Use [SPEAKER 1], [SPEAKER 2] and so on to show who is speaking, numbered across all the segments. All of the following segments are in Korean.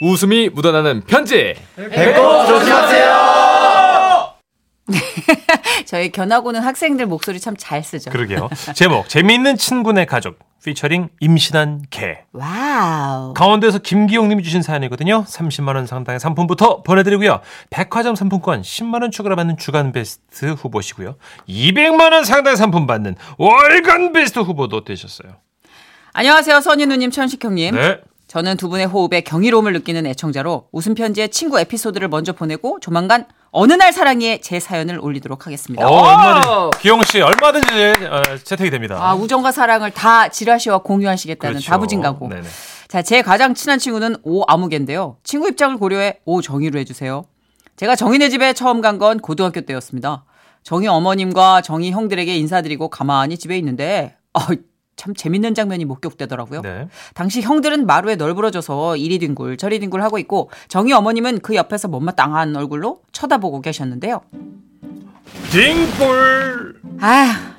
[SPEAKER 1] 웃음이 묻어나는 편지.
[SPEAKER 2] 저희 견학오는 학생들 목소리 참 잘 쓰죠.
[SPEAKER 3] 그러게요. 제목 재미있는 친구네 가족 피처링 임신한 개.
[SPEAKER 2] 와우.
[SPEAKER 3] 강원도에서 김기용님이 주신 사연이거든요. 30만 원 상당의 상품부터 보내드리고요. 백화점 상품권 10만 원 추가로 받는 주간 베스트 후보시고요. 200만 원 상당의 상품 받는 월간 베스트 후보도 되셨어요.
[SPEAKER 2] 안녕하세요. 선인우님, 천식형님.
[SPEAKER 3] 네.
[SPEAKER 2] 저는 두 분의 호흡에 경이로움을 느끼는 애청자로 웃음 편지의 친구 에피소드를 먼저 보내고 조만간 어느 날 사랑이에 제 사연을 올리도록 하겠습니다.
[SPEAKER 3] 어, 얼마든, 기용 씨 얼마든지 어, 채택이 됩니다.
[SPEAKER 2] 아, 우정과 사랑을 다 지라시와 공유하시겠다는
[SPEAKER 3] 그렇죠.
[SPEAKER 2] 다부진가고.
[SPEAKER 3] 네네.
[SPEAKER 2] 자, 제 가장 친한 친구는 오 아무개인데요. 친구 입장을 고려해 오 정의로 해주세요. 제가 정의네 집에 처음 간 건 고등학교 때였습니다. 정의 어머님과 정의 형들에게 인사드리고 가만히 집에 있는데, 아, 참 재밌는 장면이 목격되더라고요.
[SPEAKER 3] 네.
[SPEAKER 2] 당시 형들은 마루에 널브러져서 이리 뒹굴 저리 뒹굴 하고 있고 정희 어머님은 그 옆에서 못마땅한 얼굴로 쳐다보고 계셨는데요.
[SPEAKER 3] 딩굴
[SPEAKER 2] 아,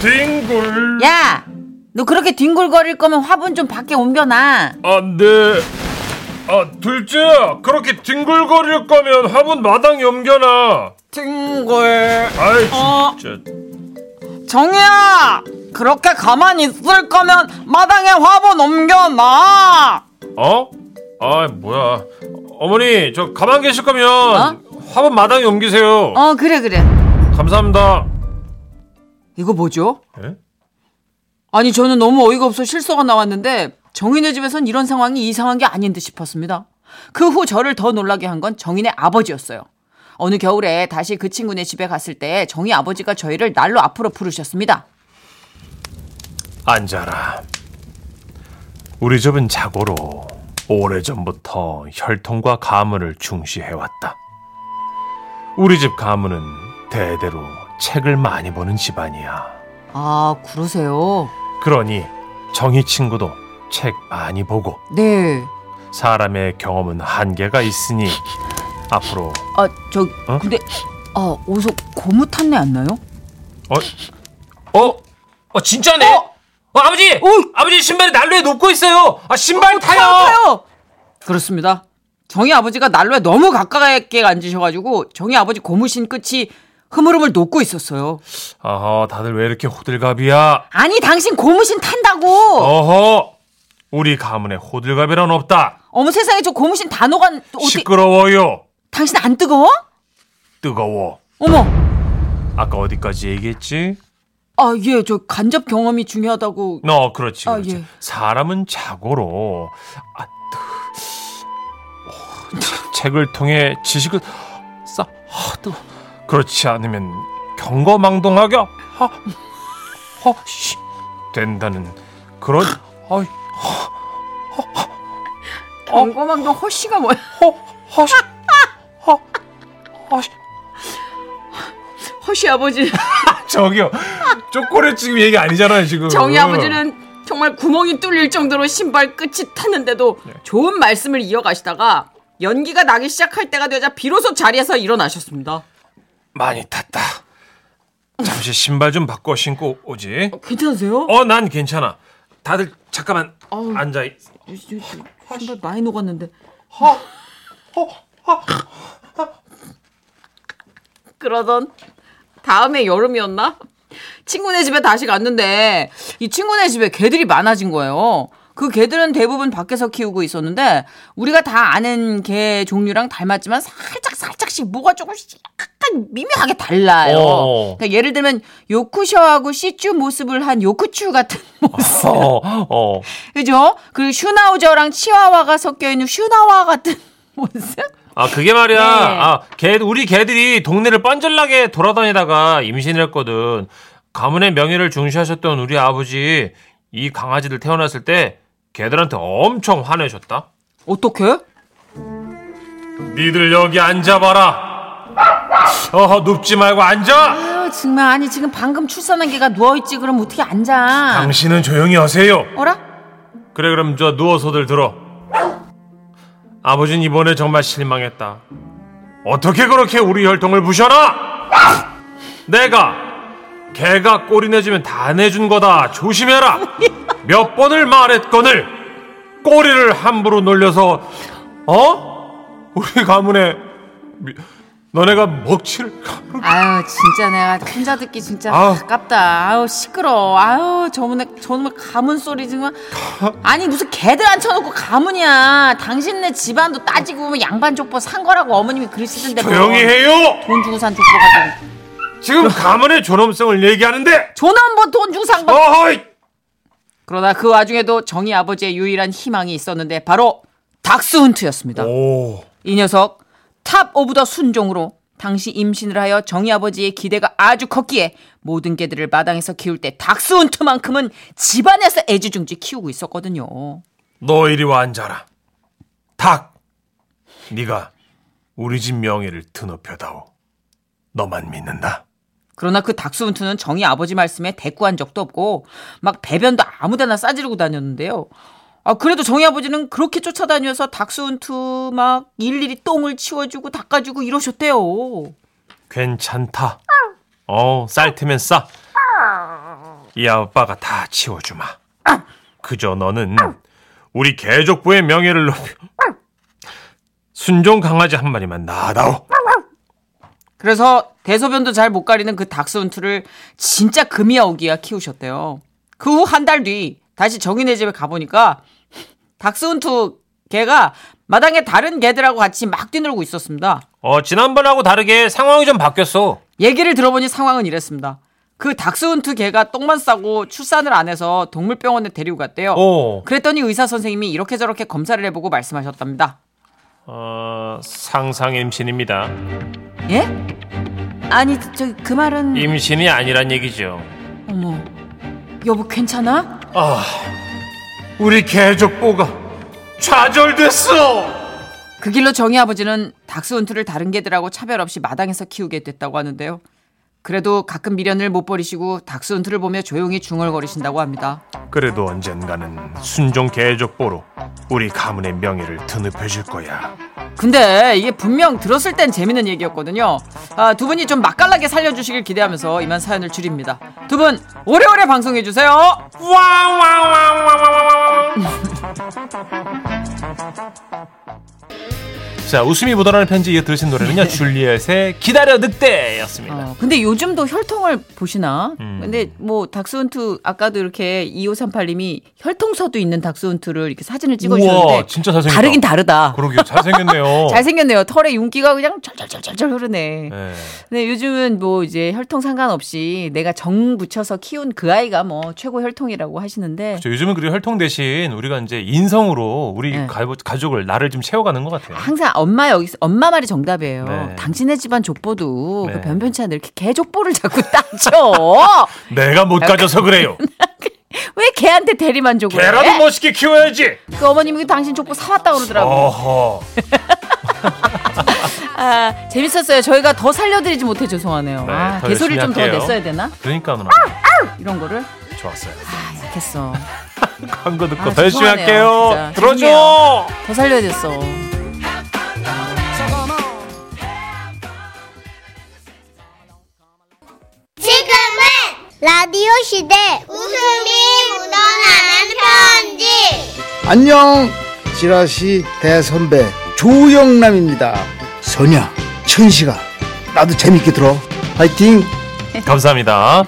[SPEAKER 3] 딩굴
[SPEAKER 2] 야, 너 그렇게 뒹굴거릴 거면 화분 좀 밖에 옮겨놔.
[SPEAKER 3] 안돼. 네. 아 둘째야 그렇게 뒹굴거릴 거면 화분 마당 옮겨놔.
[SPEAKER 2] 뒹굴.
[SPEAKER 3] 아이
[SPEAKER 2] 어.
[SPEAKER 3] 진짜.
[SPEAKER 2] 정희야, 그렇게 가만히 있을 거면 마당에 화분 옮겨놔.
[SPEAKER 3] 어? 아 뭐야 어머니 저 가만 계실 거면 화분 마당에 옮기세요.
[SPEAKER 2] 어, 그래 그래.
[SPEAKER 3] 감사합니다.
[SPEAKER 2] 이거 뭐죠?
[SPEAKER 3] 예?
[SPEAKER 2] 아니 저는 너무 어이가 없어 실소가 나왔는데 정인의 집에선 이런 상황이 이상한 게 아닌 듯 싶었습니다. 그 후 저를 더 놀라게 한 건 정인의 아버지였어요. 어느 겨울에 다시 그 친구네 집에 갔을 때 정희 아버지가 저희를 날로 앞으로 부르셨습니다.
[SPEAKER 3] 앉아라. 우리 집은 자고로 오래전부터 혈통과 가문을 중시해왔다. 우리 집 가문은 대대로 책을 많이 보는 집안이야.
[SPEAKER 2] 아 그러세요?
[SPEAKER 3] 그러니 정희 친구도 책 많이 보고
[SPEAKER 2] 네.
[SPEAKER 3] 사람의 경험은 한계가 있으니 앞으로
[SPEAKER 2] 아저
[SPEAKER 3] 어?
[SPEAKER 2] 근데 아 어디서 고무 탄내 안 나요?
[SPEAKER 3] 어?
[SPEAKER 1] 어? 어 진짜네. 어, 아버지. 아버지 신발이 난로에 녹고 있어요. 아 신발 타요.
[SPEAKER 2] 그렇습니다. 정희 아버지가 난로에 너무 가깝게 앉으셔가지고 정희 아버지 고무신 끝이 흐물흐물 녹고 있었어요.
[SPEAKER 3] 아하 다들 왜 이렇게 호들갑이야?
[SPEAKER 2] 아니 당신 고무신 탄다고.
[SPEAKER 3] 어허 우리 가문에 호들갑이란 없다.
[SPEAKER 2] 어. 머 세상에 저 고무신 다 녹은 어디?
[SPEAKER 3] 시끄러워요.
[SPEAKER 2] 당신 안 뜨거워?
[SPEAKER 3] 뜨거워.
[SPEAKER 2] 어머.
[SPEAKER 3] 아까 어디까지 얘기했지?
[SPEAKER 2] 아 예 저 간접 경험이 중요하다고.
[SPEAKER 3] 어, 그렇지,
[SPEAKER 2] 아,
[SPEAKER 3] 그렇지.
[SPEAKER 2] 예.
[SPEAKER 3] 사람은 자고로 아, 뜨... 오, 자, 책을 통해 지식을 쌓. 아, 뜨... 그렇지 않으면 경거망동하게 하, 허, 씨, 된다는 그런 아,
[SPEAKER 2] 어. 경고망동 허씨가 뭐야?
[SPEAKER 3] 허, 허, 씨, 허, 허, 씨.
[SPEAKER 2] 허씨 아버지
[SPEAKER 3] 저기요, 초콜릿 지금 얘기 아니잖아요 지금.
[SPEAKER 2] 정희 아버지는 정말 구멍이 뚫릴 정도로 신발 끝이 탔는데도 좋은 말씀을 이어가시다가 연기가 나기 시작할 때가 되자 비로소 자리에서 일어나셨습니다.
[SPEAKER 3] 많이 탔다. 잠시 신발 좀 바꿔 신고 오지.
[SPEAKER 2] 괜찮으세요?
[SPEAKER 3] 어, 난 괜찮아. 다들 잠깐만
[SPEAKER 2] 어우.
[SPEAKER 3] 앉아. 있-
[SPEAKER 2] 신발 많이 녹았는데.
[SPEAKER 3] 어,
[SPEAKER 2] 그러던 다음에 여름이었나? 친구네 집에 다시 갔는데 이 친구네 집에 개들이 많아진 거예요. 그 개들은 대부분 밖에서 키우고 있었는데 우리가 다 아는 개 종류랑 닮았지만 살짝 살짝씩 뭐가 조금씩 약간 미묘하게 달라요.
[SPEAKER 3] 어.
[SPEAKER 2] 그러니까 예를 들면 요쿠셔하고 시츄 모습을 한 요쿠츄 같은 모습.
[SPEAKER 3] 어, 어.
[SPEAKER 2] 그죠? 그리고 슈나우저랑 치와와가 섞여 있는 슈나와 같은 모습?
[SPEAKER 3] 아, 그게 말이야.
[SPEAKER 2] 네.
[SPEAKER 3] 아, 걔 우리 개들이 동네를 뻔질나게 돌아다니다가 임신을 했거든. 가문의 명예를 중시하셨던 우리 아버지 이 강아지들 태어났을 때 걔들한테 엄청 화내셨다.
[SPEAKER 2] 어떻게?
[SPEAKER 3] 니들 여기 앉아봐라. 어허, 눕지 말고 앉아.
[SPEAKER 2] 아유, 정말 아니 지금 방금 출산한 개가 누워 있지 그럼 어떻게 앉아?
[SPEAKER 3] 당신은 조용히 하세요.
[SPEAKER 2] 어라?
[SPEAKER 3] 그래 그럼 저 누워서들 들어 아버진 이번에 정말 실망했다 어떻게 그렇게 우리 혈통을 부셔라 내가 개가 꼬리 내주면 다 내준 거다 조심해라 몇 번을 말했거늘 꼬리를 함부로 놀려서 어? 우리 가문에 미- 너네가 먹칠을
[SPEAKER 2] 아유 진짜 내가 혼자 듣기 진짜
[SPEAKER 3] 아우.
[SPEAKER 2] 아깝다. 아유 시끄러. 아유 저번에 저놈의 가문 소리 정말. 아니 무슨 개들 앉혀놓고 가문이야. 당신네 집안도 따지고 보면 양반 족보 산 거라고 어머님이 그러시던데. 뭐.
[SPEAKER 3] 조용히 해요.
[SPEAKER 2] 돈 주고 산 족보가 좀.
[SPEAKER 3] 지금 가문의 존엄성을 얘기하는데.
[SPEAKER 2] 조남보 돈 주고 산 거.
[SPEAKER 3] 어허이.
[SPEAKER 2] 그러나 그 와중에도 정희 아버지의 유일한 희망이 있었는데 바로 닥스훈트였습니다.
[SPEAKER 3] 오.
[SPEAKER 2] 이 녀석 탑 오브 더 순종으로 당시 임신을 하여 정희 아버지의 기대가 아주 컸기에 모든 개들을 마당에서 키울 때 닥스훈트만큼은 집안에서 애지중지 키우고 있었거든요.
[SPEAKER 3] 너 이리 와 앉아라. 닭. 네가 우리 집 명예를 드높여다오. 너만 믿는다.
[SPEAKER 2] 그러나 그 닥스훈트는 정희 아버지 말씀에 대꾸한 적도 없고 막 배변도 아무데나 싸지르고 다녔는데요. 아 그래도 정희 아버지는 그렇게 쫓아다녀서 닥스훈트 막 일일이 똥을 치워주고 닦아주고 이러셨대요.
[SPEAKER 3] 괜찮다. 어, 쌀 테면 싸. 이 아빠가 다 치워주마. 그저 너는 우리 개족부의 명예를 높여. 순종 강아지 한 마리만 낳아다오.
[SPEAKER 2] 그래서 대소변도 잘 못 가리는 그 닥스훈트를 진짜 금이야 오기야 키우셨대요. 그 후 한 달 뒤 다시 정인의 집에 가보니까 닥스훈트 개가 마당에 다른 개들하고 같이 막 뛰놀고 있었습니다.
[SPEAKER 1] 어, 지난번하고 다르게 상황이 좀 바뀌었어.
[SPEAKER 2] 얘기를 들어보니 상황은 이랬습니다. 그 닥스훈트 개가 똥만 싸고 출산을 안 해서 동물병원에 데리고 갔대요.
[SPEAKER 1] 어.
[SPEAKER 2] 그랬더니 의사 선생님이 이렇게 저렇게 검사를 해보고 말씀하셨답니다.
[SPEAKER 3] 어, 상상 임신입니다.
[SPEAKER 2] 예? 아니 저 그 말은
[SPEAKER 3] 임신이 아니란 얘기죠.
[SPEAKER 2] 어머 여보 괜찮아?
[SPEAKER 3] 우리 개족보가 좌절됐어.
[SPEAKER 2] 그 길로 정희 아버지는 닥스훈트를 다른 개들하고 차별 없이 마당에서 키우게 됐다고 하는데요. 그래도 가끔 미련을 못 버리시고 닥스훈트를 보며 조용히 중얼거리신다고 합니다.
[SPEAKER 3] 그래도 언젠가는 순종 개족보로 우리 가문의 명예를 드높여줄 거야.
[SPEAKER 2] 근데 이게 분명 들었을 땐 재밌는 얘기였거든요. 아, 두 분이 좀 맛깔나게 살려주시길 기대하면서 이만 사연을 줄입니다. 두 분 오래오래 방송해주세요.
[SPEAKER 3] 자, 웃음이 묻어나는 편지 이어 들으신 노래는요. 줄리엣의 기다려 늑대였습니다.
[SPEAKER 2] 어, 근데 요즘도 혈통을 보시나?
[SPEAKER 3] 음.
[SPEAKER 2] 근데 뭐 닥스훈트 아까도 이렇게 2538님이 혈통서도 있는 닥스훈트를 이렇게 사진을
[SPEAKER 3] 우와,
[SPEAKER 2] 찍어주셨는데
[SPEAKER 3] 진짜 잘생겼다. 그렇죠.
[SPEAKER 2] 다르긴 다르다.
[SPEAKER 3] 그러게요. 잘생겼네요.
[SPEAKER 2] 잘생겼네요. 털에 윤기가 그냥 절절절절 흐르네.
[SPEAKER 3] 어. 네.
[SPEAKER 2] 근데 요즘은 뭐 이제 혈통 상관없이 내가 정 붙여서 키운 그 아이가 뭐 최고 혈통이라고 하시는데
[SPEAKER 3] 저 요즘은 그리고 혈통 대신 우리가 이제 인성으로 우리
[SPEAKER 2] 네.
[SPEAKER 3] 가, 가족을 나를 좀 채워가는 것 같아요.
[SPEAKER 2] 항상 엄마 여기 엄마 말이 정답이에요.
[SPEAKER 3] 네.
[SPEAKER 2] 당신의 집안 족보도
[SPEAKER 3] 네.
[SPEAKER 2] 그 변변치 않은 이렇게 개 족보를 자꾸 따져.
[SPEAKER 3] 내가 못 가져서 그래요.
[SPEAKER 2] 네. 왜 개한테 대리만족을
[SPEAKER 3] 걔라도
[SPEAKER 2] 해?
[SPEAKER 3] 멋있게 키워야지.
[SPEAKER 2] 그 어머님이 그 당신 족보 사왔다 그러더라고.
[SPEAKER 3] 어허.
[SPEAKER 2] 아, 재밌었어요. 저희가 더 살려드리지 못해 죄송하네요.
[SPEAKER 3] 네,
[SPEAKER 2] 아,
[SPEAKER 3] 더
[SPEAKER 2] 개소리를 좀 더
[SPEAKER 3] 열심히 할게요.
[SPEAKER 2] 냈어야 되나?
[SPEAKER 3] 그러니까 누나
[SPEAKER 2] 아! 이런 거를
[SPEAKER 3] 좋았어요.
[SPEAKER 2] 아, 약했어.
[SPEAKER 3] 광고 듣고
[SPEAKER 2] 아,
[SPEAKER 3] 더 열심히
[SPEAKER 2] 죄송하네요,
[SPEAKER 3] 할게요.
[SPEAKER 2] 진짜.
[SPEAKER 3] 들어줘.
[SPEAKER 2] 죄송해요. 더 살려야 됐어.
[SPEAKER 4] 지금은 라디오 시대 웃음이 묻어나는 편지
[SPEAKER 5] 안녕 지라시 대선배 조영남입니다 선야 천식아 나도 재밌게 들어 화이팅
[SPEAKER 3] 감사합니다.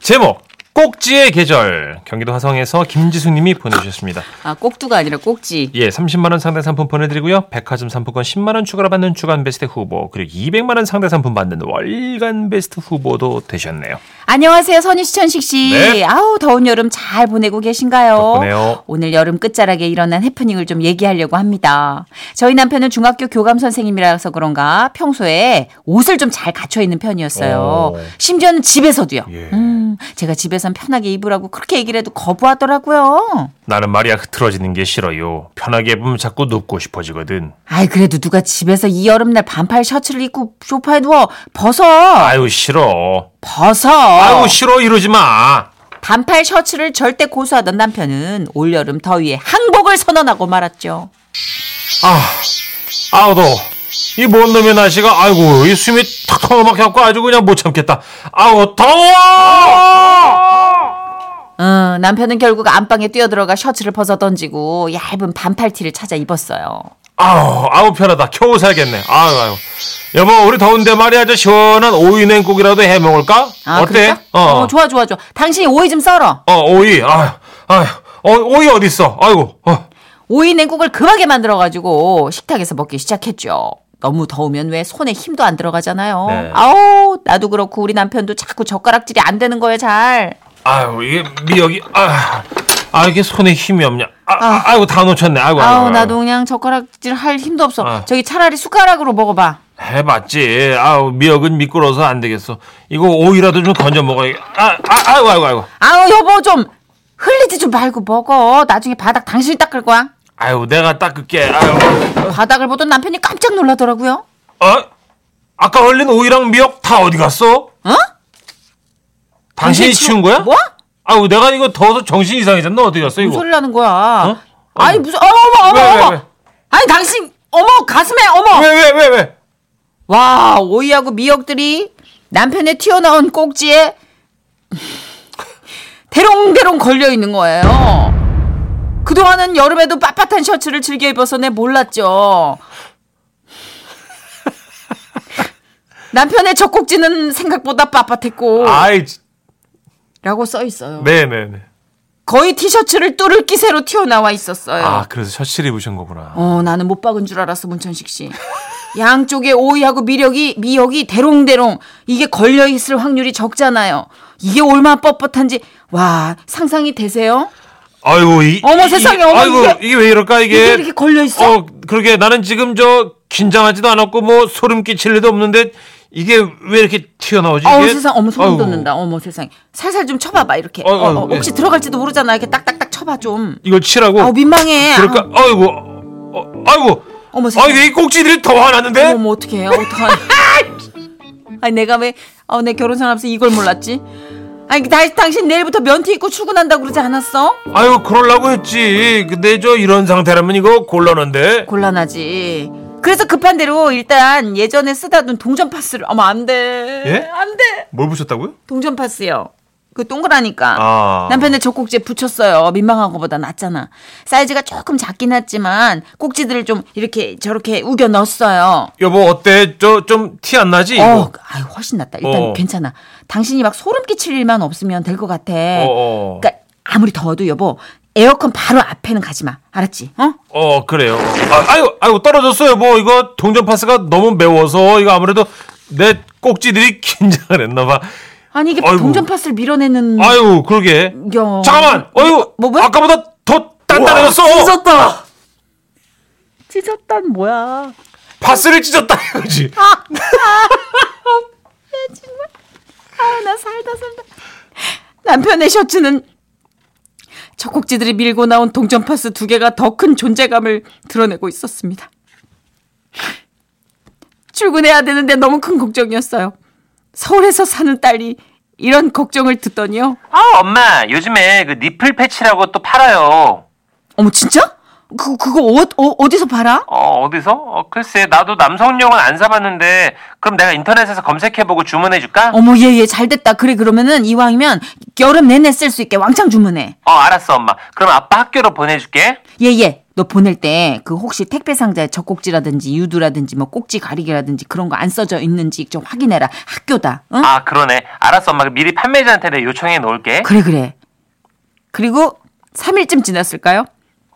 [SPEAKER 3] 제목 꼭지의 계절 경기도 화성에서 김지수님이 보내주셨습니다.
[SPEAKER 2] 아, 꼭두가 아니라 꼭지.
[SPEAKER 3] 예, 30만 원 상당 상품 보내드리고요. 백화점 상품권 10만 원 추가로 받는 주간 베스트 후보 그리고 200만 원 상당 상품 받는 월간 베스트 후보도 되셨네요.
[SPEAKER 2] 안녕하세요, 선희 시천식 씨.
[SPEAKER 3] 네.
[SPEAKER 2] 아우 더운 여름 잘 보내고 계신가요?
[SPEAKER 3] 덕분에요.
[SPEAKER 2] 오늘 여름 끝자락에 일어난 해프닝을 좀 얘기하려고 합니다. 저희 남편은 중학교 교감 선생님이라서 그런가 평소에 옷을 좀 잘 갖춰 입는 편이었어요.
[SPEAKER 3] 오.
[SPEAKER 2] 심지어는 집에서도요.
[SPEAKER 3] 예.
[SPEAKER 2] 음, 제가 집에선 편하게 입으라고 그렇게 얘기를 해도 거부하더라고요.
[SPEAKER 3] 나는 말이야 흐트러지는 게 싫어요. 편하게 입으면 자꾸 눕고 싶어지거든.
[SPEAKER 2] 아이 그래도 누가 집에서 이 여름날 반팔 셔츠를 입고 소파에 누워 벗어
[SPEAKER 3] 아유 싫어.
[SPEAKER 2] 벗어.
[SPEAKER 3] 아유 싫어 이러지 마.
[SPEAKER 2] 반팔 셔츠를 절대 고수하던 남편은 올여름 더위에 항복을 선언하고 말았죠.
[SPEAKER 3] 아우 더워. 이 뭔 놈의 날씨가 아이고 이 숨이 턱턱 막혀갖고 아주 그냥 못 참겠다. 아우 더워.
[SPEAKER 2] 어, 남편은 결국 안방에 뛰어들어가 셔츠를 벗어 던지고 얇은 반팔 티를 찾아 입었어요.
[SPEAKER 3] 아우 아우 편하다 겨우 살겠네 아유 아유 여보 우리 더운데 말이야 저 시원한 오이 냉국이라도 해 먹을까
[SPEAKER 2] 아,
[SPEAKER 3] 어때
[SPEAKER 2] 그럴까? 어, 좋아, 좋아, 좋아. 당신이 오이 좀 썰어.
[SPEAKER 3] 어, 오이 아유 아유 어, 오이 어디 있어 아이고 어.
[SPEAKER 2] 오이 냉국을 급하게 만들어가지고 식탁에서 먹기 시작했죠. 너무 더우면 왜 손에 힘도 안 들어가잖아요.
[SPEAKER 3] 네.
[SPEAKER 2] 아우, 나도 그렇고 우리 남편도 자꾸 젓가락질이 안 되는 거예요, 잘.
[SPEAKER 3] 아유 이게 미역이 아, 아 이게 손에 힘이 없냐 아, 아, 아이고 다 놓쳤네 아이고
[SPEAKER 2] 아우,
[SPEAKER 3] 아이고,
[SPEAKER 2] 나도 그냥 젓가락질 할 힘도 없어.
[SPEAKER 3] 아.
[SPEAKER 2] 저기 차라리 숟가락으로 먹어봐.
[SPEAKER 3] 해봤지 아우 미역은 미끄러워서 안 되겠어 이거 오이라도 좀 던져 먹어야 아, 아 아이고 아이고 아이고
[SPEAKER 2] 아우, 여보, 좀 흘리지 좀 말고 먹어. 나중에 바닥 당신이 닦을 거야.
[SPEAKER 3] 아이고 내가 닦을게 아이고
[SPEAKER 2] 바닥을 보던 남편이 깜짝 놀라더라고요.
[SPEAKER 3] 어? 아까 흘린 오이랑 미역 다 어디 갔어?
[SPEAKER 2] 어?
[SPEAKER 3] 당신이 치운 거야?
[SPEAKER 2] 뭐?
[SPEAKER 3] 아우 내가 이거 더워서 정신 이상해졌나 어디 갔어
[SPEAKER 2] 무슨
[SPEAKER 3] 이거?
[SPEAKER 2] 소리 나는 거야? 아니
[SPEAKER 3] 아니.
[SPEAKER 2] 무슨 어머 어머 어머
[SPEAKER 3] 왜, 왜,
[SPEAKER 2] 어머
[SPEAKER 3] 왜?
[SPEAKER 2] 아니 당신 어머 가슴에 어머
[SPEAKER 3] 왜 왜 왜 왜?
[SPEAKER 2] 와 오이하고 미역들이 남편의 튀어나온 꼭지에 대롱대롱 걸려 있는 거예요. 그동안은 여름에도 빳빳한 셔츠를 즐겨 입어서 내 몰랐죠. 남편의 젖꼭지는 생각보다 빳빳했고
[SPEAKER 3] 아이
[SPEAKER 2] 라고 써 있어요.
[SPEAKER 3] 네네네.
[SPEAKER 2] 거의 티셔츠를 뚫을 기세로 튀어나와 있었어요.
[SPEAKER 3] 아 그래서 셔츠를 입으신 거구나.
[SPEAKER 2] 어, 나는 못 박은 줄 알았어, 문천식 씨. 양쪽에 오이하고 미력이, 미역이 대롱대롱 이게 걸려있을 확률이 적잖아요. 이게 얼마나 뻣뻣한지, 와, 상상이 되세요?
[SPEAKER 3] 아이고 이
[SPEAKER 2] 어머,
[SPEAKER 3] 이-
[SPEAKER 2] 세상에, 어머,
[SPEAKER 3] 아이고
[SPEAKER 2] 이게-
[SPEAKER 3] 이게, 왜 이럴까 이게?
[SPEAKER 2] 이게 이렇게 걸려 있어?
[SPEAKER 3] 예. 어 그러게 나는 지금 저 긴장하지도 않았고 뭐 소름 끼칠 일도 없는데 이게 왜 이렇게 튀어나오지?
[SPEAKER 2] 어우,
[SPEAKER 3] 이게?
[SPEAKER 2] 세상, 어머, 소름
[SPEAKER 3] 아이고.
[SPEAKER 2] 돋는다. 어머, 세상에. 살살 좀 쳐봐봐, 이렇게.
[SPEAKER 3] 아이고,
[SPEAKER 2] 어, 어,
[SPEAKER 3] 아이고,
[SPEAKER 2] 혹시
[SPEAKER 3] 예.
[SPEAKER 2] 들어갈지도 모르잖아. 이렇게 딱딱딱 쳐봐, 좀.
[SPEAKER 3] 이걸 치라고?
[SPEAKER 2] 아우, 민망해.
[SPEAKER 3] 그럴까?
[SPEAKER 2] 아우,
[SPEAKER 3] 아이고 어, 아이고
[SPEAKER 2] 어머, 세상에.
[SPEAKER 3] 아이고 이 꼭지들이 더 화났는데?
[SPEAKER 2] 어머, 어떡해. 어떡하냐. 아니, 내가 왜, 어, 내 결혼 생활하면서 이걸 몰랐지? 아니, 다, 당신 내일부터 면티 입고 출근한다고 그러지 않았어?
[SPEAKER 3] 아유 그럴라고 했지 근데 저 이런 상태라면 이거 곤란한데
[SPEAKER 2] 곤란하지. 그래서 급한 대로 일단 예전에 쓰다둔 동전 파스를 어머 안 돼.
[SPEAKER 3] 예?
[SPEAKER 2] 안 돼.
[SPEAKER 3] 뭘 보셨다고요?
[SPEAKER 2] 동전 파스요. 그 동그라니까
[SPEAKER 3] 아.
[SPEAKER 2] 남편의 젖꼭지에 붙였어요. 민망한 것보다 낫잖아. 사이즈가 조금 작긴 했지만 꼭지들을 좀 이렇게 저렇게 우겨 넣었어요.
[SPEAKER 3] 여보 어때 저 좀 티 안 나지?
[SPEAKER 2] 어,
[SPEAKER 3] 이거?
[SPEAKER 2] 아유 훨씬 낫다. 일단
[SPEAKER 3] 어.
[SPEAKER 2] 괜찮아. 당신이 막 소름 끼칠 일만 없으면 될 것 같아.
[SPEAKER 3] 어, 어.
[SPEAKER 2] 그러니까 아무리 더워도 여보 에어컨 바로 앞에는 가지 마. 알았지? 어?
[SPEAKER 3] 어 그래요 아, 유 아유 떨어졌어 여보 뭐. 이거 동전 파스가 너무 매워서 이거 아무래도 내 꼭지들이 긴장을 했나봐
[SPEAKER 2] 아니 이게
[SPEAKER 3] 아이고.
[SPEAKER 2] 동전 파스를 밀어내는
[SPEAKER 3] 아유 그러게
[SPEAKER 2] 야.
[SPEAKER 3] 잠깐만 어유
[SPEAKER 2] 뭐, 뭐야?
[SPEAKER 3] 아까보다 더 단단해졌어
[SPEAKER 2] 찢었다. 찢었단 뭐야? 아,
[SPEAKER 3] 파스를 찢었다 이거지
[SPEAKER 2] 아나 살다 살다. 남편의 셔츠는 젖꼭지들이 밀고 나온 동전 파스 두 개가 더 큰 존재감을 드러내고 있었습니다. 출근해야 되는데 너무 큰 걱정이었어요. 서울에서 사는 딸이 이런 걱정을 듣더니요.
[SPEAKER 6] 아 엄마 요즘에 그 니플 패치라고 또 팔아요.
[SPEAKER 2] 어머 진짜? 그 그거 어, 어, 디서 팔아?
[SPEAKER 6] 어 어디서? 어, 글쎄 나도 남성용은 안 사봤는데 그럼 내가 인터넷에서 검색해보고 주문해줄까?
[SPEAKER 2] 어머 얘 얘 잘됐다. 그래 그러면은 이왕이면 여름 내내 쓸 수 있게 왕창 주문해.
[SPEAKER 6] 어 알았어 엄마. 그럼 아빠 학교로 보내줄게.
[SPEAKER 2] 예, 예. 너 보낼 때 그 혹시 택배 상자에 젖꼭지라든지 유두라든지 뭐 꼭지 가리개라든지 그런 거 안 써져 있는지 좀 확인해라. 학교다. 응?
[SPEAKER 6] 아 네? 그러네. 알았어 엄마. 미리 판매자한테 내 요청해 놓을게.
[SPEAKER 2] 그래 그래. 그리고 3일쯤 지났을까요?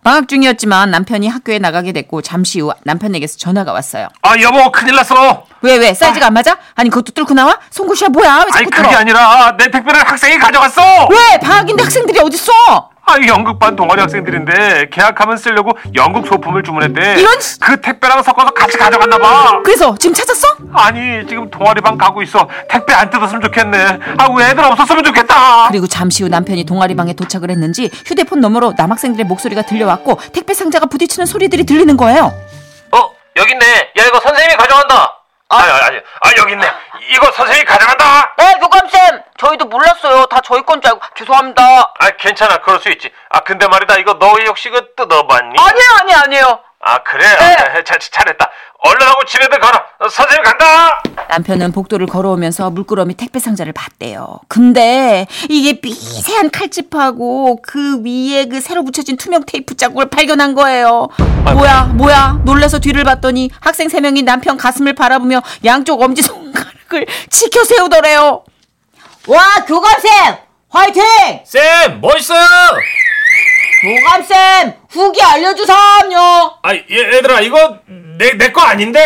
[SPEAKER 2] 방학 중이었지만 남편이 학교에 나가게 됐고 잠시 후 남편에게서 전화가 왔어요.
[SPEAKER 6] 아 여보 큰일 났어.
[SPEAKER 2] 왜 왜? 사이즈가 안 맞아? 아니 그것도 뚫고 나와? 송구시야 뭐야? 왜
[SPEAKER 6] 아니
[SPEAKER 2] 자꾸
[SPEAKER 6] 그게
[SPEAKER 2] 뚫어?
[SPEAKER 6] 아니라 내 택배를 학생이 가져갔어.
[SPEAKER 2] 왜? 방학인데 학생들이 어딨어?
[SPEAKER 6] 아 영국반 동아리 학생들인데 계약하면 쓰려고 영국 소품을 주문했대.
[SPEAKER 2] 이런 씨-
[SPEAKER 6] 그 택배랑 섞어서 같이 가져갔나 봐.
[SPEAKER 2] 그래서 지금 찾았어?
[SPEAKER 6] 아니 지금 동아리방 가고 있어 택배 안 뜯었으면 좋겠네 아우 애들 없었으면 좋겠다
[SPEAKER 2] 그리고 잠시 후 남편이 동아리 방에 도착을 했는지 휴대폰 너머로 남학생들의 목소리가 들려왔고 택배 상자가 부딪히는 소리들이 들리는 거예요.
[SPEAKER 6] 어 여기 있네 야 이거 선생님이 가져간다 아 아니 아니 아 여기 있네 이거 선생님이 가져간다
[SPEAKER 2] 네, 교감쌤. 저희도 몰랐어요. 다 저희 건 줄 알고 죄송합니다.
[SPEAKER 6] 아 괜찮아 그럴 수 있지 아 근데 말이다 이거 너 혹시 그 뜯어봤니
[SPEAKER 2] 아니에요, 아니에요, 아니에요.
[SPEAKER 6] 아 그래요? 네. 자, 자,
[SPEAKER 2] 아.
[SPEAKER 6] 잘했다. 얼른 하고 집에들 가라. 어, 선생님
[SPEAKER 3] 아,
[SPEAKER 6] 간다.
[SPEAKER 2] 남편은 복도를 걸어오면서 물끄러미 택배 상자를 봤대요. 근데 이게 미세한 칼집하고 그 위에 그 새로 붙여진 투명 테이프 자국을 발견한 거예요. 뭐야, 뭐야? 놀라서 뒤를 봤더니 학생 세 명이 남편 가슴을 바라보며 양쪽 엄지 손가락을 치켜 세우더래요.
[SPEAKER 7] 와 교감쌤 화이팅!
[SPEAKER 1] 쌤 멋있어요.
[SPEAKER 7] 교감쌤 후기 알려주삼요.
[SPEAKER 1] 아 얘- 얘들아 이거 내 내 거 아닌데.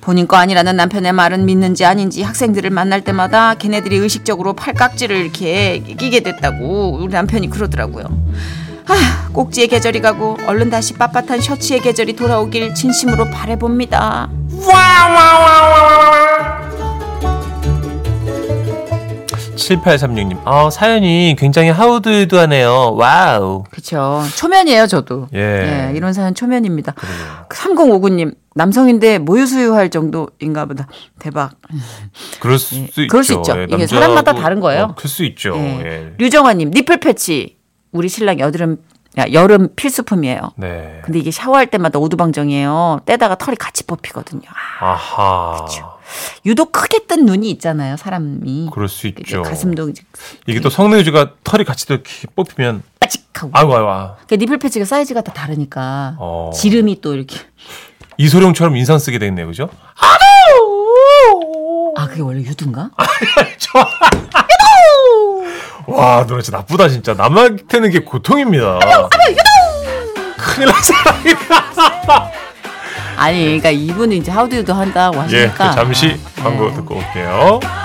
[SPEAKER 2] 본인 거 아니라는 남편의 말은 믿는지 아닌지 학생들을 만날 때마다 걔네들이 의식적으로 팔깍지를 이렇게 끼게 됐다고 우리 남편이 그러더라고요. 아, 꼭지의 계절이 가고 얼른 다시 빳빳한 셔츠의 계절이 돌아오길 진심으로 바래봅니다.
[SPEAKER 6] 와와와와와.
[SPEAKER 3] 7836님. 아, 사연이 굉장히 하우드하네요. 와우.
[SPEAKER 2] 그렇죠. 초면이에요, 저도.
[SPEAKER 3] 예.
[SPEAKER 2] 예, 이런 사연 초면입니다. 3059님 남성인데 모유 수유할 정도인가 보다. 대박.
[SPEAKER 3] 그럴 수 있죠.
[SPEAKER 2] 음, 그럴 수 있죠.
[SPEAKER 3] 예,
[SPEAKER 2] 이게
[SPEAKER 3] 남자하고-
[SPEAKER 2] 사람마다 다른 거예요.
[SPEAKER 3] 어, 그럴 수 있죠.
[SPEAKER 2] 예.
[SPEAKER 3] 예.
[SPEAKER 2] 류정아님 니플 패치 우리 신랑 여드름 야, 여름 필수품이에요.
[SPEAKER 3] 네.
[SPEAKER 2] 근데 이게 샤워할 때마다 오두방정이에요. 떼다가 털이 같이 뽑히거든요. 아,
[SPEAKER 3] 아하.
[SPEAKER 2] 그렇죠. 유독 크게 뜬 눈이 있잖아요, 사람이.
[SPEAKER 3] 그럴 수
[SPEAKER 2] 이게
[SPEAKER 3] 있죠. 아.
[SPEAKER 2] 가슴도 이제
[SPEAKER 3] 이게 또 성내유주가 털이 같이 또 이렇게 뽑히면
[SPEAKER 2] 빠직하고.
[SPEAKER 3] 아이고 아이고. 아.
[SPEAKER 2] 그 니플 패치가 사이즈가 다 다르니까
[SPEAKER 3] 어.
[SPEAKER 2] 지름이 또 이렇게.
[SPEAKER 3] 이소룡처럼 인상 쓰게 됐네요. 그죠?
[SPEAKER 2] 아 그게 원래 유두인가?
[SPEAKER 3] 와, 노래 진짜 나쁘다 진짜. 남한테는 이게 고통입니다. 큰일 날 사람이다.
[SPEAKER 2] 아니, 그러니까 이분이 이제 하우디유도 한다고
[SPEAKER 3] 예,
[SPEAKER 2] 하시니까.
[SPEAKER 3] 그 잠시
[SPEAKER 2] 아,
[SPEAKER 3] 광고
[SPEAKER 2] 네.
[SPEAKER 3] 듣고 올게요.